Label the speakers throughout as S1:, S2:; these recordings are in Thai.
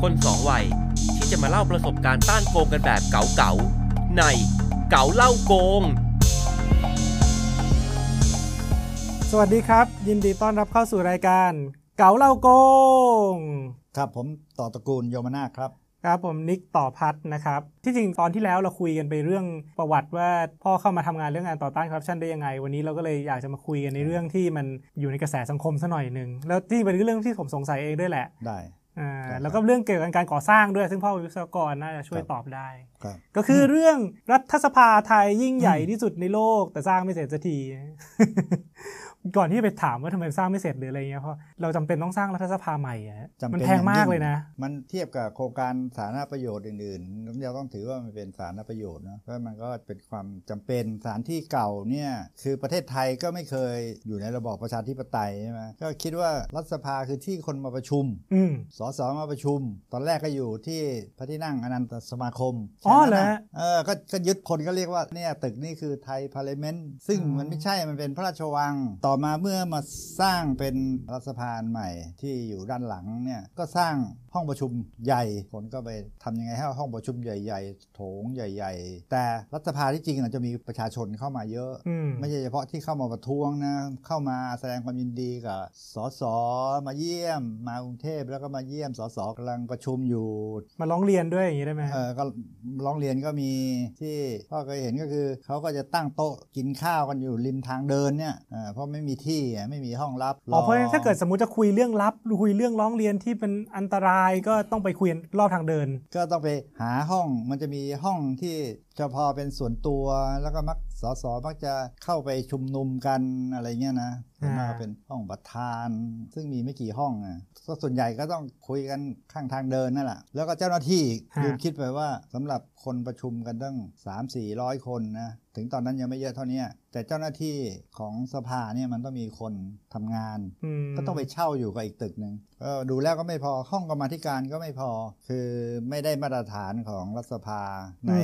S1: คนสองวัย ที่จะมาเล่าประสบการณ์ต้านโกงกันแบบเก๋าๆ ในเก๋าเล่าโกง
S2: สวัสดีครับ ยินดีต้อนรับเข้าสู่รายการ เก๋าเล่าโกง
S3: ครับผมต่อตระกูลโยมานาคครับ
S2: ครับผมนิกต่อพัฒน์นะครับ ที่จริงตอนที่แล้วเราคุยกันไปเรื่องประวัติว่าพ่อเข้ามาทำงานเรื่องงานต่อต้านคอร์รัปชันได้ยังไง วันนี้เราก็เลยอยากจะมาคุยกันในเรื่องที่มันอยู่ในกระแสสังคมซะหน่อยหนึ่งแล้วที่เป็นเรื่องที่ผมสงสัยเองด้วยแหละ
S3: ได้
S2: อ่า
S3: ครับ
S2: แล้วก็เรื่องเกี่ยวกับการก่อสร้างด้วย ซึ่งพ่อเป็นวิศวกรน่าจะช่วยตอบได้
S3: ครับ
S2: ก็คือเรื่องรัฐสภาไทยยิ่งใหญ่ที่สุดในโลกแต่สร้างไม่เสร็จสักที ก่อนที่จะไปถามว่าทำไมสร้างไม่เสร็จหรืออะไรเงี้ยเพราะเราจำเป็นต้องสร้างรัฐสภาใหม่อะ
S3: จำเป็น
S2: มันแพง
S3: อย่
S2: มาก
S3: ง
S2: เลยนะ
S3: มันเทียบกับโครงการสาธารณประโยชน์อื่นๆเราต้องถือว่ามันเป็นสาธารณประโยชน์นะเพราะมันก็เป็นความจำเป็นสถานที่เก่าเนี่ยคือประเทศไทยก็ไม่เคยอยู่ในระบอบประชาธิปไตยใช่ไหมก็คิดว่ารัฐสภาคือที่คนมาประชุม
S2: อืม
S3: สสมาประชุม ตอนแรกก็อยู่ที่พระที่นั่งอนันตสมาคม
S2: อ๋อ
S3: แค่นั้นน่ะ
S2: เหรอ
S3: เออก็ก็ยึดคนก็เรียกว่าเนี่ยตึกนี่คือไทยพาร์เลเมนต์ซึ่ง
S2: อ๋อ
S3: มันไม่ใช่มันเป็นพระราชวัง ต่อมาเมื่อมาสร้างเป็นรัฐสภาใหม่ที่อยู่ด้านหลังเนี่ยก็สร้างห้องประชุมใหญ่คนก็ไปทำยังไงให้ห้องประชุมใหญ่ ๆ โถงใหญ่ ๆ แต่รัฐสภาที่จริงอาจจะมีประชาชนเข้ามาเยอะ
S2: อืม
S3: ไม่ใช่เฉพาะที่เข้ามาประท้วงนะ เข้ามาแสดงความยินดีกับสสมาเยี่ยม มากรุงเทพแล้วก็มาเยี่ยมสสกำลังประชุมอยู่
S2: มาร้องเรียนด้วยอย่างนี้ได้ไหม
S3: เออก็ร้องเรียนก็มีที่พ่อเคยเห็นก็คือเขาก็จะตั้งโต๊ะกินข้าวกันอยู่ริมทางเดินเนี่ยเออเพราะไม่มีที่อ่ะไม่มีห้องรับ
S2: อ๋อเพราะฉะนั้น
S3: อง
S2: ถ้าเกิดสมมติจะคุยเรื่องลับหรือคุยเรื่องร้องเรียนที่เป็นอันตรายก็ต้องไปคุยรอบทางเดิน
S3: ก็ต้องไปหาห้องมันจะมีห้องที่เฉพาะเป็นส่วนตัวแล้วก็มักสสมักจะเข้าไปชุมนุมกันอะไรเงี้ยนะส่วนมากก็เป็นห้องประธาน ซึ่งมีไม่กี่ห้องอ่ะก็ส่วนใหญ่ก็ต้องคุยกันข้างทางเดินนั่นแหละแล้วก็เจ้าหน้าที่อีก
S2: ฮะ
S3: ลืมคิดไปว่าสำหรับคนประชุมกันตั้ง 3 4 0 0 คนนะถึงตอนนั้นยังไม่เยอะเท่าเนี้ยแต่เจ้าหน้าที่ของสภาเนี่ยมันต้องมีคนทำงาน
S2: อืม
S3: ก็ต้องไปเช่าอยู่กับอีกตึกหนึ่งก็ดูแล้วก็ไม่พอห้องกรรมาธิการก็ไม่พอ คือไม่ได้มาตรฐานของรัฐสภาใน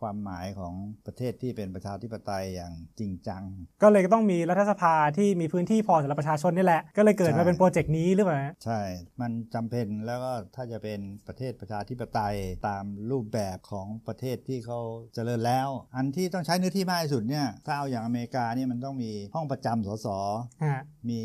S3: ความหมายของประเทศที่เป็นประชาธิปไตยอย่างจริงจัง
S2: ก็เลยก็ต้องมีรัฐสภาที่มีพื้นที่พอสำหรับประชาชนนี่แหละ ก็เลยเกิดมา
S3: ใช่
S2: เป็นโปรเจกต์นี้หรือเปล่าฮะ
S3: ใช่ มันจำเป็นแล้วก็ถ้าจะเป็นประเทศประชาธิปไตยตามรูปแบบของประเทศที่เขาเจริญแล้ว อันที่ต้องใช้เนื้อที่มากที่สุดเนี่ยถ้าเอาอย่างอเมริกาเนี่ยมันต้องมีห้องประจำสส
S2: ฮะ
S3: มี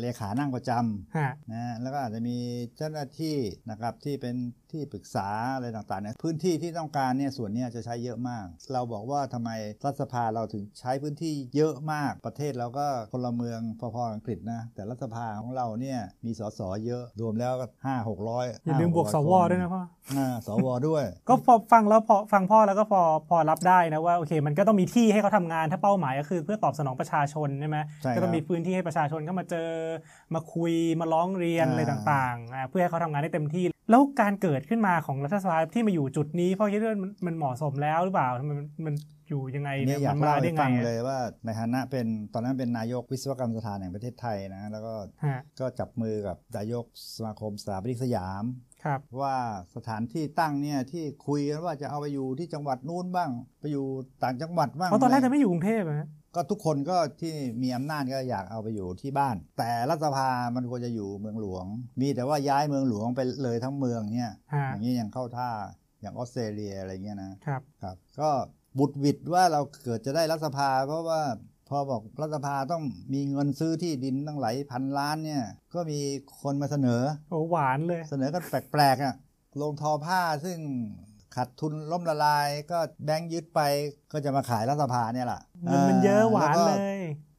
S3: เลขานั่งประจำ
S2: ฮะ
S3: นะฮะแล้วก็อาจจะมีเจ้าหน้าที่นะครับที่เป็นที่ปรึกษาอะไรต่างๆเนี่ยพื้นที่ที่ต้องการเนี่ยส่วนเนี้ยจะใช้เยอะมาก เราบอกว่าทำไมรัฐสภาเราถึงใช้พื้นที่เยอะมากประเทศเราก็พลเมืองพอๆกับอังกฤษนะแต่รัฐสภาของเราเนี่ยมีสสเยอะรวมแล้วก็ห้าหกร้อย
S2: อย่าลืมบวกสวด้วยนะพ่อ
S3: อ่าสวด้วย
S2: ก็พอฟังแล้วพอฟังพ่อแล้วก็พอพอรับได้นะว่าโอเค มันก็ต้องมีที่ให้เขาทำงานถ้าเป้าหมายก็คือเพื่อตอบสนองประชาชนใช่ไหม
S3: ใช่ครับ
S2: ก็ต้องมีพื้นที่ให้ประชาชนเข้ามาเจอ มาคุยมาร้องเรียน
S3: อ่า
S2: อะไรต่างๆอ่าเพื่อให้เขาทำงานได้เต็มที่ แล้วการเกิดขึ้นมาของรัฐสภาที่มาอยู่จุดนี้พ่อคิดว่ามันมันเหมาะสมแล้วหรือเปล่ามันมันอยู่ยังไง
S3: อัน
S2: เนี่ย
S3: นี้อยา
S2: มัน
S3: ก
S2: มา
S3: เล่า
S2: ได้
S3: ให้
S2: ไง
S3: ฟังเล
S2: อะ
S3: ยว่าในฐานะเป็นตอนนั้นเป็นนายกวิศวกรรมสถานแห่งประเทศไทยนะแล้วก็
S2: ฮะ
S3: ก็จับมือกับนายกสมาคมสถาปนิกสยาม
S2: ครับ
S3: ว่าสถานที่ตั้งเนี่ยที่คุยกันว่าจะเอาไปอยู่ที่จังหวัดนู้นบ้าง ไปอยู่ต่างจังหวัดบ้าง
S2: เพราะตอนแรกจะไม่อยู่กรุงเทพนะ
S3: ก็ทุกคนก็ที่มีอำนาจก็อยากเอาไปอยู่ที่บ้าน แต่รัฐสภามันควรจะอยู่เมืองหลวง มีแต่ว่าย้ายเมืองหลวงไปเลยทั้งเมืองเนี่ย
S2: ฮะ
S3: อย่างนี้ยังเข้าท่าอย่างออสเตรเลียอะไรเงี้ยนะ
S2: ครับ
S3: ครับก็บุดหวิดว่าเราเกิดจะได้รัฐสภา เพราะว่าพอบอกรัฐสภาต้องมีเงินซื้อที่ดินตั้งหลายพันล้านเนี่ยก็มีคนมาเสนอ
S2: โอ้หวานเลย
S3: เสนอกันแปลกๆอ่ะโรงทอผ้าซึ่งขาดทุนล้มละลาย ก็แบงค์ยึดไปก็จะมาขายรัฐสภาเนี่ยแหละ
S2: เงินมันเยอะหวาน
S3: แก็
S2: เลย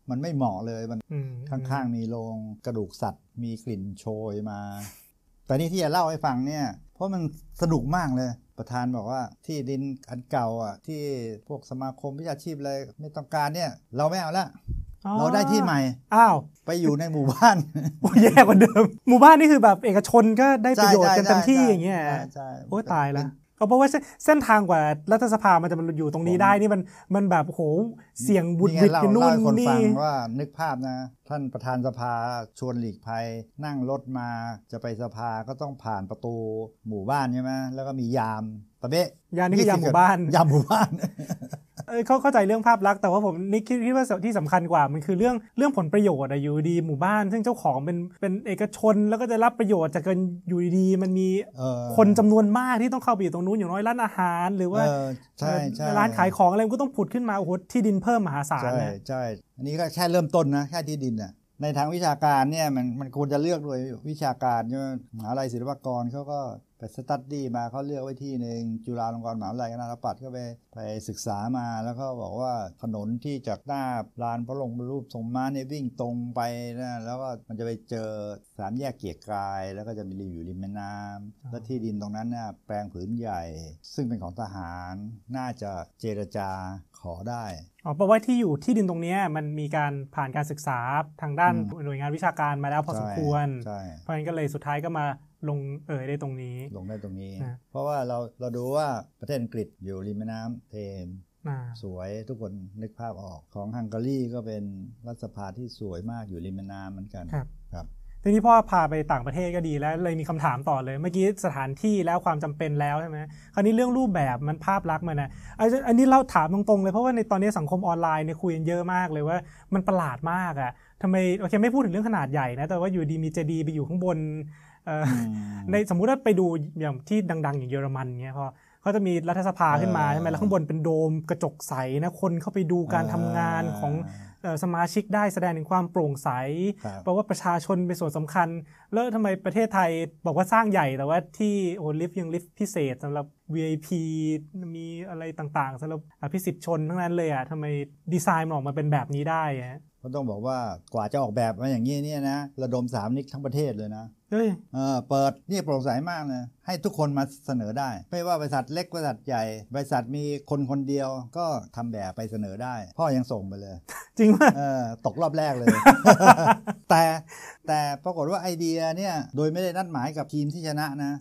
S3: มันไม่เหมาะเลยมัน
S2: อืม
S3: ข้างๆมีโรงกระดูกสัตว์ มีกลิ่นโชยมา แต่นี่ที่จะเล่าให้ฟังเนี่ย เพราะมันสนุกมากเลย ประธานบอกว่าที่ดินอันเก่าอ่ะที่พวกสมาคมวิชาชีพเลยไม่ต้องการเนี่ย เราไม่เอาละ
S2: อ๋อ
S3: เราได้ที่ใหม่
S2: อ้าว
S3: ไปอยู่ในหมู่บ้าน
S2: โอ้ยแย่กว่าเดิม หมู่บ้านนี่คือแบบเอกชนก็ได้ประโยชน์กัน
S3: ใช่
S2: เต็มที่
S3: ใช่
S2: อย่างเงี้ย
S3: ใช่ใช่
S2: โอ้ยตายละก็เพราะว่าเส้นเส้นทางกว่ารัฐสภามันจะมาอยู่ตรงนี้ได้นี่มันมันแบบโอ้โหเสียงบุด
S3: นี่ไง
S2: วิด
S3: เล่า
S2: กันนู่น
S3: เล่าให้คนฟั
S2: นี่
S3: งว่านึกภาพนะ ท่านประธานสภาชวนหลีกภัย นั่งรถมาจะไปสภาก็ต้องผ่านประตูหมู่บ้านใช่ไหมแล้วก็มียามตะเบะ
S2: ยามนี่คือยามหมู่บ้าน
S3: ยามหมู่บ้าน
S2: เออเขาเข้าใจเรื่องภาพลักษณ์แต่ว่าผมนี่คิดคิดว่าที่สำคัญกว่ามันคือเรื่องเรื่องผลประโยชน์อะอยู่ดีหมู่บ้าน ซึ่งเจ้าของเป็นเป็นเอกชนแล้วก็จะรับประโยชน์จากกันอยู่ดีๆมันมี
S3: เออ
S2: คนจำนวนมากที่ต้องเข้าไปอยู่ตรงนู้นอย่างน้อยร้านอาหาร หรือว่า
S3: เออใช่ใช่
S2: ร้านขายของอะไรมันก็ต้องผุดขึ้นมาโอ้โหที่ดินเพิ่มมหาศาล
S3: ใช่
S2: นะ
S3: ใช่อันนี้ก็แค่เริ่มต้นนะแค่ที่ดินน่ะในทางวิชาการเนี่ยมันมันควรจะเลือกโดวยวิชาการใช่ไหมมหาลัยศิลปากรเขาก็ไปสตัดดี้มาเขาเลือกไว้ที่หนึ่งจุฬาลงกรณ์มหาวิทยาลัยคณะสถาปัตย์ก็ไปไปศึกษามาแล้วก็บอกว่าถนนที่จากหน้าลานพระลงรูปทรงม้าเนี่ยวิ่งตรงไปนะแล้วก็มันจะไปเจอสามแยกเกียรติกาย แล้วก็จะมีรีอยู่ริมแม่น้ำแล้วที่ดินตรงนั้นเนี่ยแปลงผืนใหญ่ ซึ่งเป็นของทหารน่าจะเจรจาขอได้
S2: อ๋อแปลว่าที่อยู่ที่ดินตรงเนี้ยมันมีการผ่านการศึกษาทางด้าน
S3: อืม
S2: หน่วยงานวิชาการมาแล้วพอสมควร
S3: ใช่ใช่
S2: เพราะฉะนั้นก็เลยสุดท้ายก็มาลงเอยได้ตรงนี้
S3: ลงได้ตรงนี้
S2: นะ
S3: เพราะว่าเราเราดูว่าประเทศอังกฤษอยู่ริมแม่น้ำเทมส์
S2: อ่า
S3: สวยทุกคนนึกภาพออกของฮังการีก็เป็นรัฐสภาที่สวยมากอยู่ริมแม่น้ำเหมือนกัน
S2: ครับ
S3: ครับ
S2: ทีนี้พ่อพาไปต่างประเทศก็ดีแล้วเลยมีคำถามต่อเลย เมื่อกี้สถานที่แล้วความจำเป็นแล้วใช่ไหมคราวนี้เรื่องรูปแบบมันภาพลักษณ์มันนะเอาอันนี้เราถามตรงๆเลยเพราะว่าในตอนนี้สังคมออนไลน์เนี่ยคุยกันเยอะมากเลยว่ามันประหลาดมากอะ่ะทำไมโอเคไม่พูดถึงเรื่องขนาดใหญ่นะแต่ว่าอยู่ดีมีเจดีย์ไปอยู่ข้างบนเอ่ออ
S3: อืม
S2: ในสมมุติว่าไปดูอย่างที่ดัง ๆ อย่างเยอรมันเงี้ยพอเขาจะมีรัฐสภาขึ้นมา
S3: เออ
S2: ใช่ไหมแล้วข้างบนเป็นโดมกระจกใสนะคนเข้าไปดูการทำงานของเอ่อสมาชิกได้แสดงถึงความโปร่งใส
S3: ครับ
S2: แปลว่าประชาชนเป็นส่วนสำคัญ แล้วทำไมประเทศไทยบอกว่าสร้างใหญ่แต่ว่าที่โอลิฟต์ยังลิฟต์พิเศษสำหรับ VIP มีอะไรต่างๆสำหรับอภิสิทธิ์ชนทั้งนั้นเลยอ่ะทำไมดีไซน์มันออกมาเป็นแบบนี้ได้อะฮะ
S3: ก็ต้องบอกว่ากว่าจะออกแบบมาอย่างนี้เนี่ยนะระดมสามนิกทั้งประเทศเลยนะ
S2: เอ้ย
S3: เออเปิดนี่โปร่งใสมากเลยให้ทุกคนมาเสนอได้ ไม่ว่าบริษัทเล็กบริษัทใหญ่ บริษัทมีคนคนเดียวก็ทำแบบไปเสนอได้ พ่อยังส่งไปเลย
S2: จริงว่า
S3: เออตกรอบแรกเลย แต่แต่ปรากฏว่าไอเดียเนี่ยโดยไม่ได้นัดหมายกับทีมที่ชนะนะ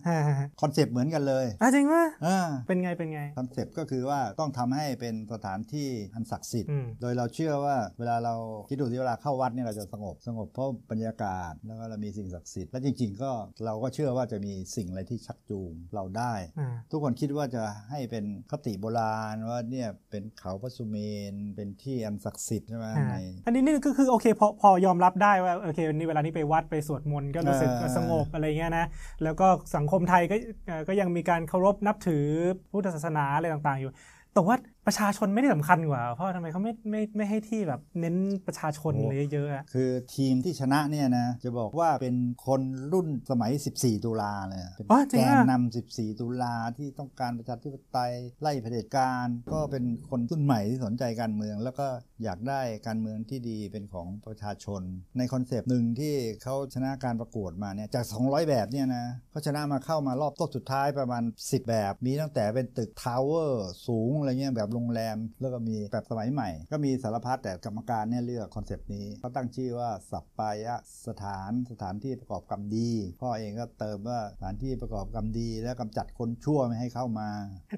S3: คอนเซปต์เหมือนกันเลย
S2: อ่ะจริงว่า
S3: เออ
S2: เป็นไงเป็นไง
S3: คอนเซปต์ก็คือว่าต้องทำให้เป็นสถานที่อันศักดิ์สิทธิ์
S2: อืม
S3: โดยเราเชื่อว่าเวลาเราคิดดูที่เวลาเข้าวัดเนี่ยเราจะสงบสงบเพราะบรรยากาศแล้วก็เรามีสิ่งศักดิ์สิทธิ์และจริง ๆ ก็เราก็เชื่อว่าจะมีสิ่งอะไรที่ชักจูงเราได้
S2: อ่า
S3: ทุกคนคิดว่าจะให้เป็นคติโบราณว่าเนี่ยเป็นเขาพระสุเมนเป็นที่อันศักดิ์สิทธิ์ใช่ไหมใน
S2: อันนี้นี่ก็คือโอเคพอพอยอมรับได้ว่าโอเควันนี้เวลานี้ไปวัดไปสวดมนต์ก็รู้สึก
S3: เออ
S2: สงบอะไรเงี้ยนะแล้วก็สังคมไทยก็เอ่อก็ยังมีการเคารพนับถือพุทธศาสนาอะไรต่างๆอยู่ แต่ว่าประชาชนไม่ได้สำคัญกว่า เพราะทำไมเขาไม่ไม่ไม่ให้ที่แบบเน้นประชาชนเลยเยอะๆอะ
S3: คือทีมที่ชนะเนี่ยนะจะบอกว่าเป็นคนรุ่นสมัย 14 ตุลาเลยอะเป็น
S2: อ๋อจริ
S3: แก
S2: ง
S3: น
S2: อ่ะ
S3: นำ14 ตุลาที่ต้องการประชาธิปไตยไล่เผด็จการ ก็เป็นคนรุ่นใหม่ที่สนใจการเมือง แล้วก็อยากได้การเมืองที่ดีเป็นของประชาชน ในคอนเซปต์หนึ่งที่เขาชนะการประกวดมาเนี่ยจาก 200 แบบเนี่ยนะเขาชนะมาเข้ามารอบโต๊ะสุดท้ายประมาณ 10 แบบ มีตั้งแต่เป็นตึกทาวเวอร์สูงอะไรเงี้ยแบบโรงแรม แล้วก็มีแบบสมัยใหม่ ก็มีสารพัดแต่กรรมการเนี่ยเลือกคอนเซปต์นี้เขาตั้งชื่อว่าสัปปายะสถานสถานที่ประกอบกรรมดี พ่อเองก็เติมว่าสถานที่ประกอบกรรมดี และกำจัดคนชั่วไม่ให้เข้ามา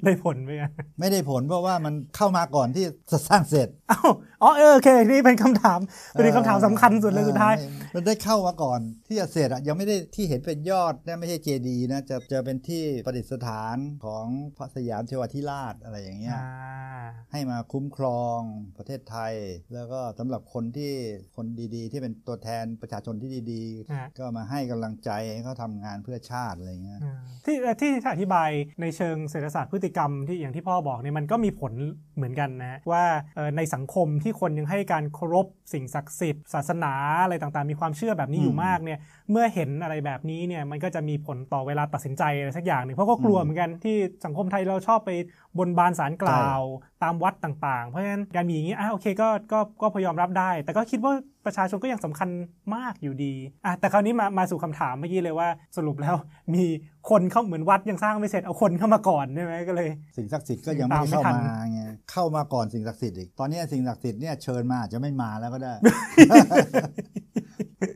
S2: ได้ผลไหมอะ
S3: ไม่ได้ผลเพราะว่ามันเข้ามาก่อนที่จะสร้างเสร็จ
S2: อ้าวอ๋อเออโอเคนี่เป็นคำถามเป็นคำถามสำคัญสุดเลย
S3: ออ
S2: สุดท้าย
S3: มันได้เข้ามาก่อนที่จะเสร็จอะยังไม่ได้ที่เห็นเป็นยอดนะไม่ใช่เจดีย์นะจะจะเป็นที่ประดิษฐานของพระสยามเทวทิราชอะไรอย่างเงี้ย
S2: อ่า
S3: ให้มาคุ้มครองประเทศไทย แล้วก็สำหรับคนที่คนดีๆ ที่เป็นตัวแทนประชาชนที่ดี
S2: ฮะ
S3: ๆ ก็มาให้กำลังใจให้เขาทำงานเพื่อชาติอะไรอย่างเงี้ย
S2: อ่าที่ที่ถ้าอธิบายในเชิงเศรษฐศาสตร์พฤติกรรมที่อย่างที่พ่อบอกเนี่ยมันก็มีผลเหมือนกันนะฮะว่าเอ่อในสังคมที่คนยังให้การเคารพสิ่งศักดิ์สิทธิ์ศาสนาอะไรต่างๆ มีความเชื่อแบบนี้อยู่
S3: อืม
S2: มากเนี่ยเมื่อเห็นอะไรแบบนี้เนี่ยมันก็จะมีผลต่อเวลาตัดสินใจอะไรสักอย่างหนึ่งเพราะก็กลัว
S3: อืม
S2: เหมือนกันที่สังคมไทยเราชอบไปบนบานสารกล่าว ตามวัดต่างๆ เพราะฉะนั้นการมีอย่างนี้อ่ะโอเคก็ก็ก็พอยอมรับได้ แต่ก็คิดว่าประชาชนก็ยังสำคัญมากอยู่ดีอ่ะแต่คราวนี้มามาสู่คำถามเมื่อกี้เลยว่าสรุปแล้ว มีคนเข้าเหมือนวัดยังสร้างไม่เสร็จเอาคนเข้ามาก่อนใช่ไหมก็เลย
S3: สิ่งศักดิ์สิทธิ์ก็ยังไม่
S2: ตาม
S3: ได้
S2: ไม่
S3: เข้า
S2: ทัน
S3: มาไงเข้ามาก่อนสิ่ง ศักดิ์สิทธิ์อีกตอนเนี้ยสิ่งศักดิ์สิทธิ์เนี่ยเชิญมาอาจจะไม่มาแล้วก็ได้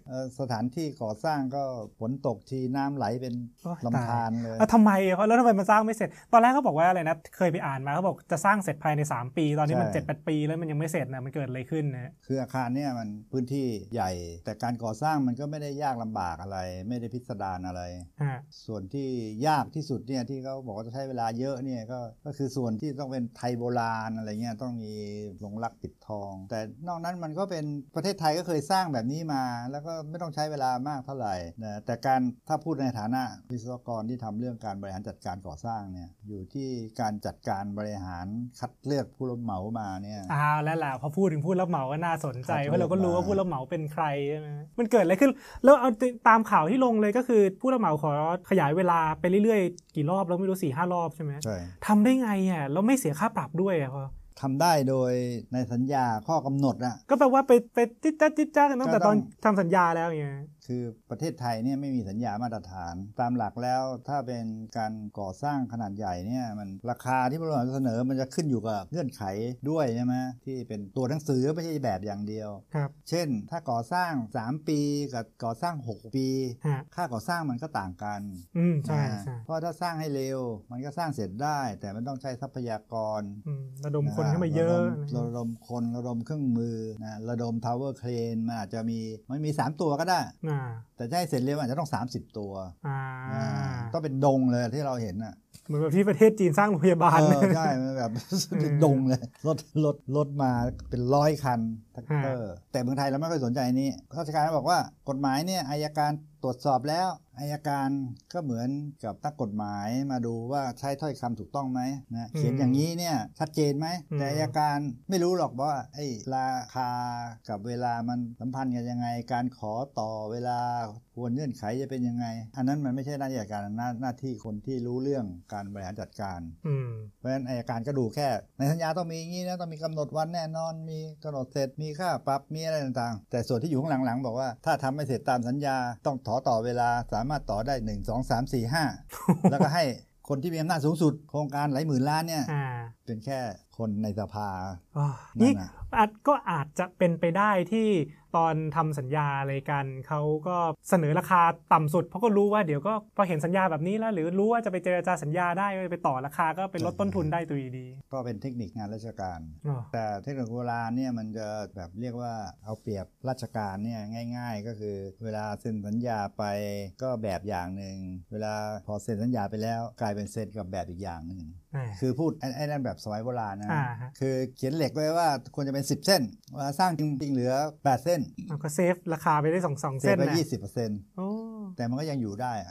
S3: เอ่อสถานที่ก่อสร้างก็ฝนตกทีน้ำไหลเป็น
S2: โอ้ย
S3: ลำธารเลย
S2: เอาทำไมอะเขาแล้วทำไมมันสร้างไม่เสร็จ ตอนแรกเขาบอกว่าอะไรนะ เคยไปอ่านมาเขาบอกจะสร้างเสร็จภายใน 3 ปี ตอนนี้มัน
S3: ใช่
S2: 7จ็ดแปดปีแล้วมันยังไม่เสร็จนะมันเกิดอะไรขึ้นนะ
S3: คืออาคารเนี่ยมันพื้นที่ใหญ่ แต่การก่อสร้างมันก็ไม่ได้ยากลำบากอะไร ไม่ได้พิสดารอะไร
S2: ฮะ
S3: ส่วนที่ยากที่สุดเนี่ยที่เขาบอกว่าจะใช้เวลาเยอะเนี่ยก็ก็คือส่วนที่ต้องเป็นไทยโบราณอะไรเงี้ยต้องมีหลงรักปิดทอง แต่นอกนั้นมันก็เป็นประเทศไทยก็เคยสร้างแบบนี้มา แล้วก็ไม่ต้องใช้เวลามากเท่าไหร่นะแต่การถ้าพูดในฐานะวิศวกรที่ทำเรื่องการบริหารจัดการก่อสร้างเนี่ยอยู่ที่การจัดการบริหารคัดเลือกผู้รับเหมามาเนี่ย
S2: อ้าวแล้วล่ะพอพูดถึงผู้รับเหมาก็น่าสนใจ
S3: ครับ
S2: เพราะเราก็รู้ว่า
S3: ผมว่า
S2: ผู้รับเหมาเป็นใครใช่ไหมมันเกิดอะไรขึ้น แล้วเอาตามข่าวที่ลงเลยก็คือผู้รับเหมาขอขยายเวลาไปเรื่อยๆ กี่รอบแล้วไม่รู้สี่ห้ารอบใช่ไหม
S3: ใช่
S2: ทำได้ไงอ่ะแล้วไม่เสียค่าปรับด้วยอ่ะพอ
S3: ทำได้โดยในสัญญาข้อกำหนดอะ
S2: ก็แปลว่าไปไปติดจ้าติดจ้ากันตั้งแต่
S3: ก็
S2: ต
S3: ต้
S2: อ
S3: อน ง
S2: ทำสัญญาแล้วอย่างเงี้ย
S3: คือประเทศไทยเนี่ยไม่มีสัญญามาตรฐาน ตามหลักแล้วถ้าเป็นการก่อสร้างขนาดใหญ่เนี่ยมันราคาที่บริษัทเสนอมันจะขึ้นอยู่กับเงื่อนไขด้วยใช่ไหมที่เป็นตัวหนังสือไม่ใช่แบบอย่างเดียว
S2: ครับ
S3: เช่น ถ้าก่อสร้าง 3 ปีกับก่อสร้าง 6 ปี
S2: ฮะ
S3: ค่าก่อสร้างมันก็ต่างกัน
S2: อืมใช่
S3: อ่า
S2: ใช่
S3: เพราะถ้าสร้างให้เร็ว มันก็สร้างเสร็จได้ แต่มันต้องใช้ทรัพยากร
S2: อืมระดมคนเข้ามาเยอะ
S3: รดมระดมคนระดมเครื่องมือนะระดม power crane มันอาจจะมีมันมี 3 ตัวก็ได้
S2: อ่า
S3: แต่จะให้เสร็จเร็วอาจจะต้อง 30 ตัว
S2: อ่า
S3: อ่าต้องเป็นดงเลยที่เราเห็นอ่ะ
S2: เหมือนแบบที่ประเทศจีนสร้างโรงพยาบาล
S3: เออใช่มันแบบ เป็นดงเลย รถรถรถมาเป็นร้อยคันแท็กเตอร์แต่เมืองไทยเราไม่ค่อยสนใจนี้ข้าราชการบอกว่ากฎหมายเนี่ยอายการตรวจสอบแล้วอายการก็เหมือนกับนักกฎหมายมาดูว่าใช้ถ้อยคำถูกต้องไหมนะเขียน
S2: อืม
S3: อย่างนี้ นี้เนี่ยชัดเจนไหม
S2: อืม
S3: แต่อายการไม่รู้หรอกว่าไอ้ราคากับเวลามันสัมพันธ์กันยังไง การขอต่อเวลาควรเงื่อนไขจะเป็นยังไง อันนั้นมันไม่ใช่หน้าที่อายการหน้าหน้าที่คนที่รู้เรื่องการบริหารจัดการ
S2: อืม
S3: เพราะฉะนั้นอายการก็ดูแค่ ในสัญญาต้องมีอย่างนี้นะต้องมีกำหนดวันแน่นอน มีกำหนดเสร็จมีค่าปรับมีอะไรต่างๆ แต่ส่วนที่อยู่ข้างหลังๆบอกว่าถ้าทำไม่เสร็จตามสัญญาต้องถอต่อเวลาสามารถต่อได้ 1 2 3 4 5 แล้วก็ให้คนที่มีอำนาจสูงสุด โครงการหลายหมื่นล้านเนี่ย
S2: อ่า
S3: เป็นแค่คนในสภา
S2: อ๋อ
S3: นั่
S2: นี่
S3: นน่ะ
S2: อาจก็อาจจะเป็นไปได้ที่ตอนทำสัญญาอะไรกันเขาก็เสนอราคาต่ำสุด เพราะก็รู้ว่าเดี๋ยวก็พอเห็นสัญญาแบบนี้แล้ว หรือรู้ว่าจะไปเจรจาสัญญาได้ก็ไปต่อราคาก็ไปลดต้นทุนได้ตัวอยู่ดี
S3: ก็เป็นเทคนิคงานราชการ
S2: อ๋อ
S3: แต่เทคนิคโบราณเนี่ยมันจะแบบเรียกว่าเอาเปรียบราชการเนี่ยง่าย ๆ ก็คือเวลาเซ็นสัญญาไปก็แบบอย่างหนึ่ง เวลาพอเซ็นสัญญาไปแล้วกลายเป็นเซ็นกับแบบอีกอย่างหนึ่ง
S2: แหม่
S3: คือพูดไอ้ไอ้นั่นแบบสมัยโบราณนะ
S2: อ่าฮะ
S3: คือเขียนเหล็กไว้ว่าควรจะเป็น 10 เส้นเวลาสร้างจริงๆเหลือ 8 เส้น
S2: เราก็เซฟราคาไปได้สองสอง
S3: เส้
S2: เส้
S3: น
S2: น
S3: ไป
S2: นะ
S3: ยี่สิบเปอร์เซ็นต์
S2: โอ้
S3: แต่มันก็ยังอยู่ได้อะ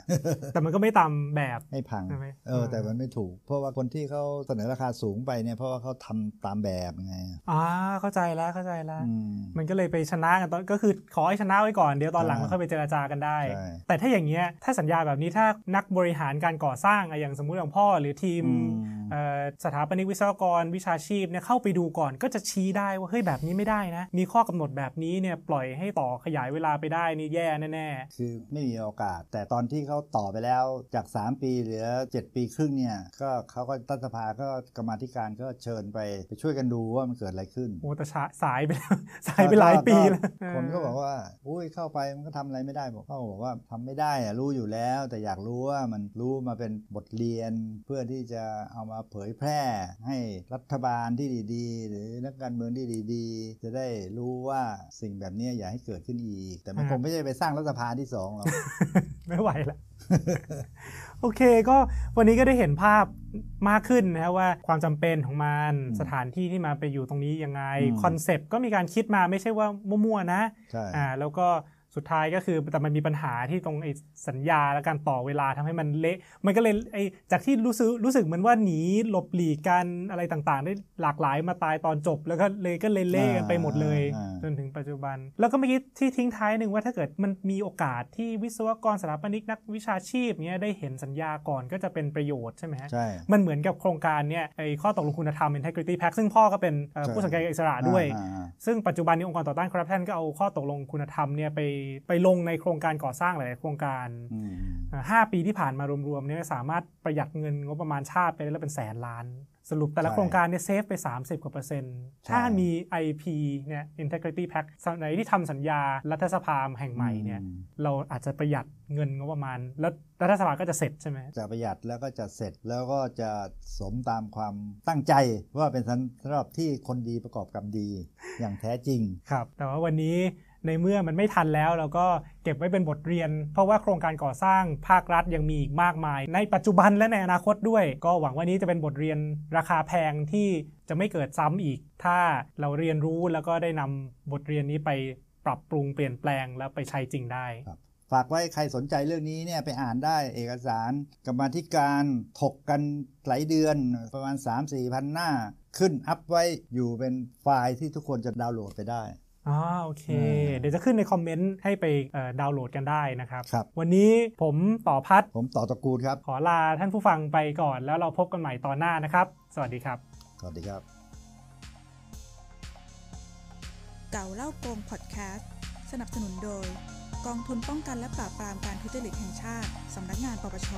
S2: แต่มันก็ไม่ตามแบบ
S3: ไม่พัง
S2: ใช่ไหม
S3: เออ
S2: อ่า
S3: แต่มันไม่ถูก เพราะว่าคนที่เขาเสนอราคาสูงไปเนี่ย เพราะว่าเขาทำตามแบบไง
S2: อ่าเข้าใจแล้วเข้าใจแล้ว
S3: อืม
S2: มันก็เลยไปชนะกันตอนก็คือขอให้ชนะไว้ก่อนเดี๋ยวตอนหลัง
S3: อ่า
S2: เราค่อยไปเจราจากันได้
S3: ใช่
S2: แต่ถ้าอย่างเงี้ยถ้าสัญญาแบบนี้ถ้านักบริหารการก่อสร้างอะอย่างสมมุติของพ่อหรือทีม
S3: อืม
S2: เอ่อสถาปนิกวิศวกรวิชาชีพเนี่ยเข้าไปดูก่อนก็จะชี้ได้ว่าเฮ้ยแบบนี้ไม่ได้นะ มีข้อกำหนดแบบนี้เนี่ยปล่อยให้ต่อขยายเวลาไปได้นี่แย่แน่
S3: คือไม่มีโอกาส แต่ตอนที่เขาต่อไปแล้วจาก 3 ปีเหลือ 7 ปีครึ่งเนี่ย ก็เขาก็รัฐสภาก็กรรมาธิการก็เชิญไป ไปช่วยกันดูว่ามันเกิดอะไรขึ้น
S2: ๆโอ้แต่ช้าสายไปแล้ว สายไปหลายปีแล้ว
S3: คนก็บอกว่าอุ้ยเข้าไปมันก็ทำอะไรไม่ได้บอกเขาบอกว่าทำไม่ได้อะรู้อยู่แล้ว แต่อยากรู้ว่ามันรู้มาเป็นบทเรียน เพื่อที่จะเอามาเผยแพร่ให้รัฐบาลที่ดีๆ หรือนักการเมืองที่ดีๆ จะได้รู้ว่าสิ่งแบบเนี้ยอย่าให้เกิดขึ้นอีก แต่มันคงไม่ใช่ไปสร้างรัฐสภาที่สองหรอก
S2: ไม่ไหว ละ โอเคก็วันนี้ก็ได้เห็นภาพมากขึ้นนะฮะว่าความจำเป็นของมัน
S3: อืม
S2: สถานที่ที่มาไปอยู่ตรงนี้ยังไง
S3: อืม
S2: คอนเซปต์ก็มีการคิดมาไม่ใช่ว่ามั่วๆนะ
S3: ใช่
S2: อ่าแล้วก็สุดท้ายก็คือแต่มันมีปัญหาที่ตรงไอ้สัญญาและการต่อเวลาทำให้มันเละมันก็เลยไอ้จากที่รู้สึกรู้สึกเหมือนว่าหนีหลบหลีกกันอะไรต่างๆ ได้หลากหลายมาตายตอนจบ แล้วก็เลยก็เลยเละกันไปหมดเลย
S3: อ่าอ่า
S2: จนถึงปัจจุบัน แล้วก็เมื่อกี้ที่ทิ้งท้ายหนึ่งว่าถ้าเกิดมันมีโอกาสที่วิศวกรสถาปนิกนักวิชาชีพเนี้ยได้เห็นสัญญาก่อนก็จะเป็นประโยชน์ใช่ไหมฮะ
S3: ใช่
S2: มันเหมือนกับโครงการเนี่ยไอ้ข้อตกลงคุณธรรม integrity pact ซึ่งพ่อก็เป็นเอ่อ
S3: ใช่
S2: ผู้สังเกตอิสระด้วย
S3: อ่าอ่า
S2: ซึ่งปัจจุบันนี้องค์กรต่อต้านคอร์รัปชันก็เอาข้อตกลงคุณธรรมเนี่ยไป ไปลงในโครงการก่อสร้างหลายๆโครงการ
S3: อืม
S2: เอ่อห้าปีที่ผ่านมารวมๆเนี่ยสามารถประหยัดเงินงบประมาณชาติไปได้แล้วเป็นแสนล้าน สรุปแต่ละโครงการเนี่ยเซฟไป 30 กว่าเปอร์เซ็นต์ ถ้ามี IP เนี่ย Integrity Pact ไหนที่ทำสัญญารัฐสภาแห่งใหม่เนี่ย
S3: อืม
S2: เราอาจจะประหยัดเงินงบประมาณ แล้วรัฐสภาก็จะเสร็จใช่ไหม
S3: จะประหยัดแล้วก็จะเสร็จแล้วก็จะสมตามความตั้งใจว่าเป็นสำหรับที่คนดีประกอบกรรม ดีอย่างแท้จริง
S2: ครับ แต่ว่าวันนี้ในเมื่อมันไม่ทันแล้วเราก็เก็บไว้เป็นบทเรียน เพราะว่าโครงการก่อสร้างภาครัฐยังมีอีกมากมาย ในปัจจุบันและในอนาคตด้วย ก็หวังว่านี้จะเป็นบทเรียนราคาแพงที่จะไม่เกิดซ้ำอีก ถ้าเราเรียนรู้แล้วก็ได้นำบทเรียนนี้ไปปรับปรุงเปลี่ยนแปลงแล้วไปใช้จริงได้
S3: ฝากไว้ใครสนใจเรื่องนี้เนี่ยไปอ่านได้เอกสารกรรมาธิการถกกันหลายเดือนประมาณ 3 4พันหน้า ขึ้นอัพไว้อยู่เป็นไฟล์ที่ทุกคนจะดาวน์โหลดไปได้
S2: อ๋อโอเค
S3: อ่า
S2: เดี๋ยวจะขึ้นในคอมเมนต์ให้ไปเอ่อดาวน์โหลดกันได้นะครับ
S3: ครับ
S2: วันนี้ผมต่อพัด
S3: ผมต่อตระกูลครับ
S2: ขอลาท่านผู้ฟังไปก่อน แล้วเราพบกันใหม่ตอนหน้านะครับ สวัสดีครับ
S3: สวัสดีครับ
S4: เก่าเล่าโกงพอดแคสต์ สนับสนุนโดย กองทุนป้องกันและปราบปรามการทุจริตแห่งชาติ สำนักงานปปช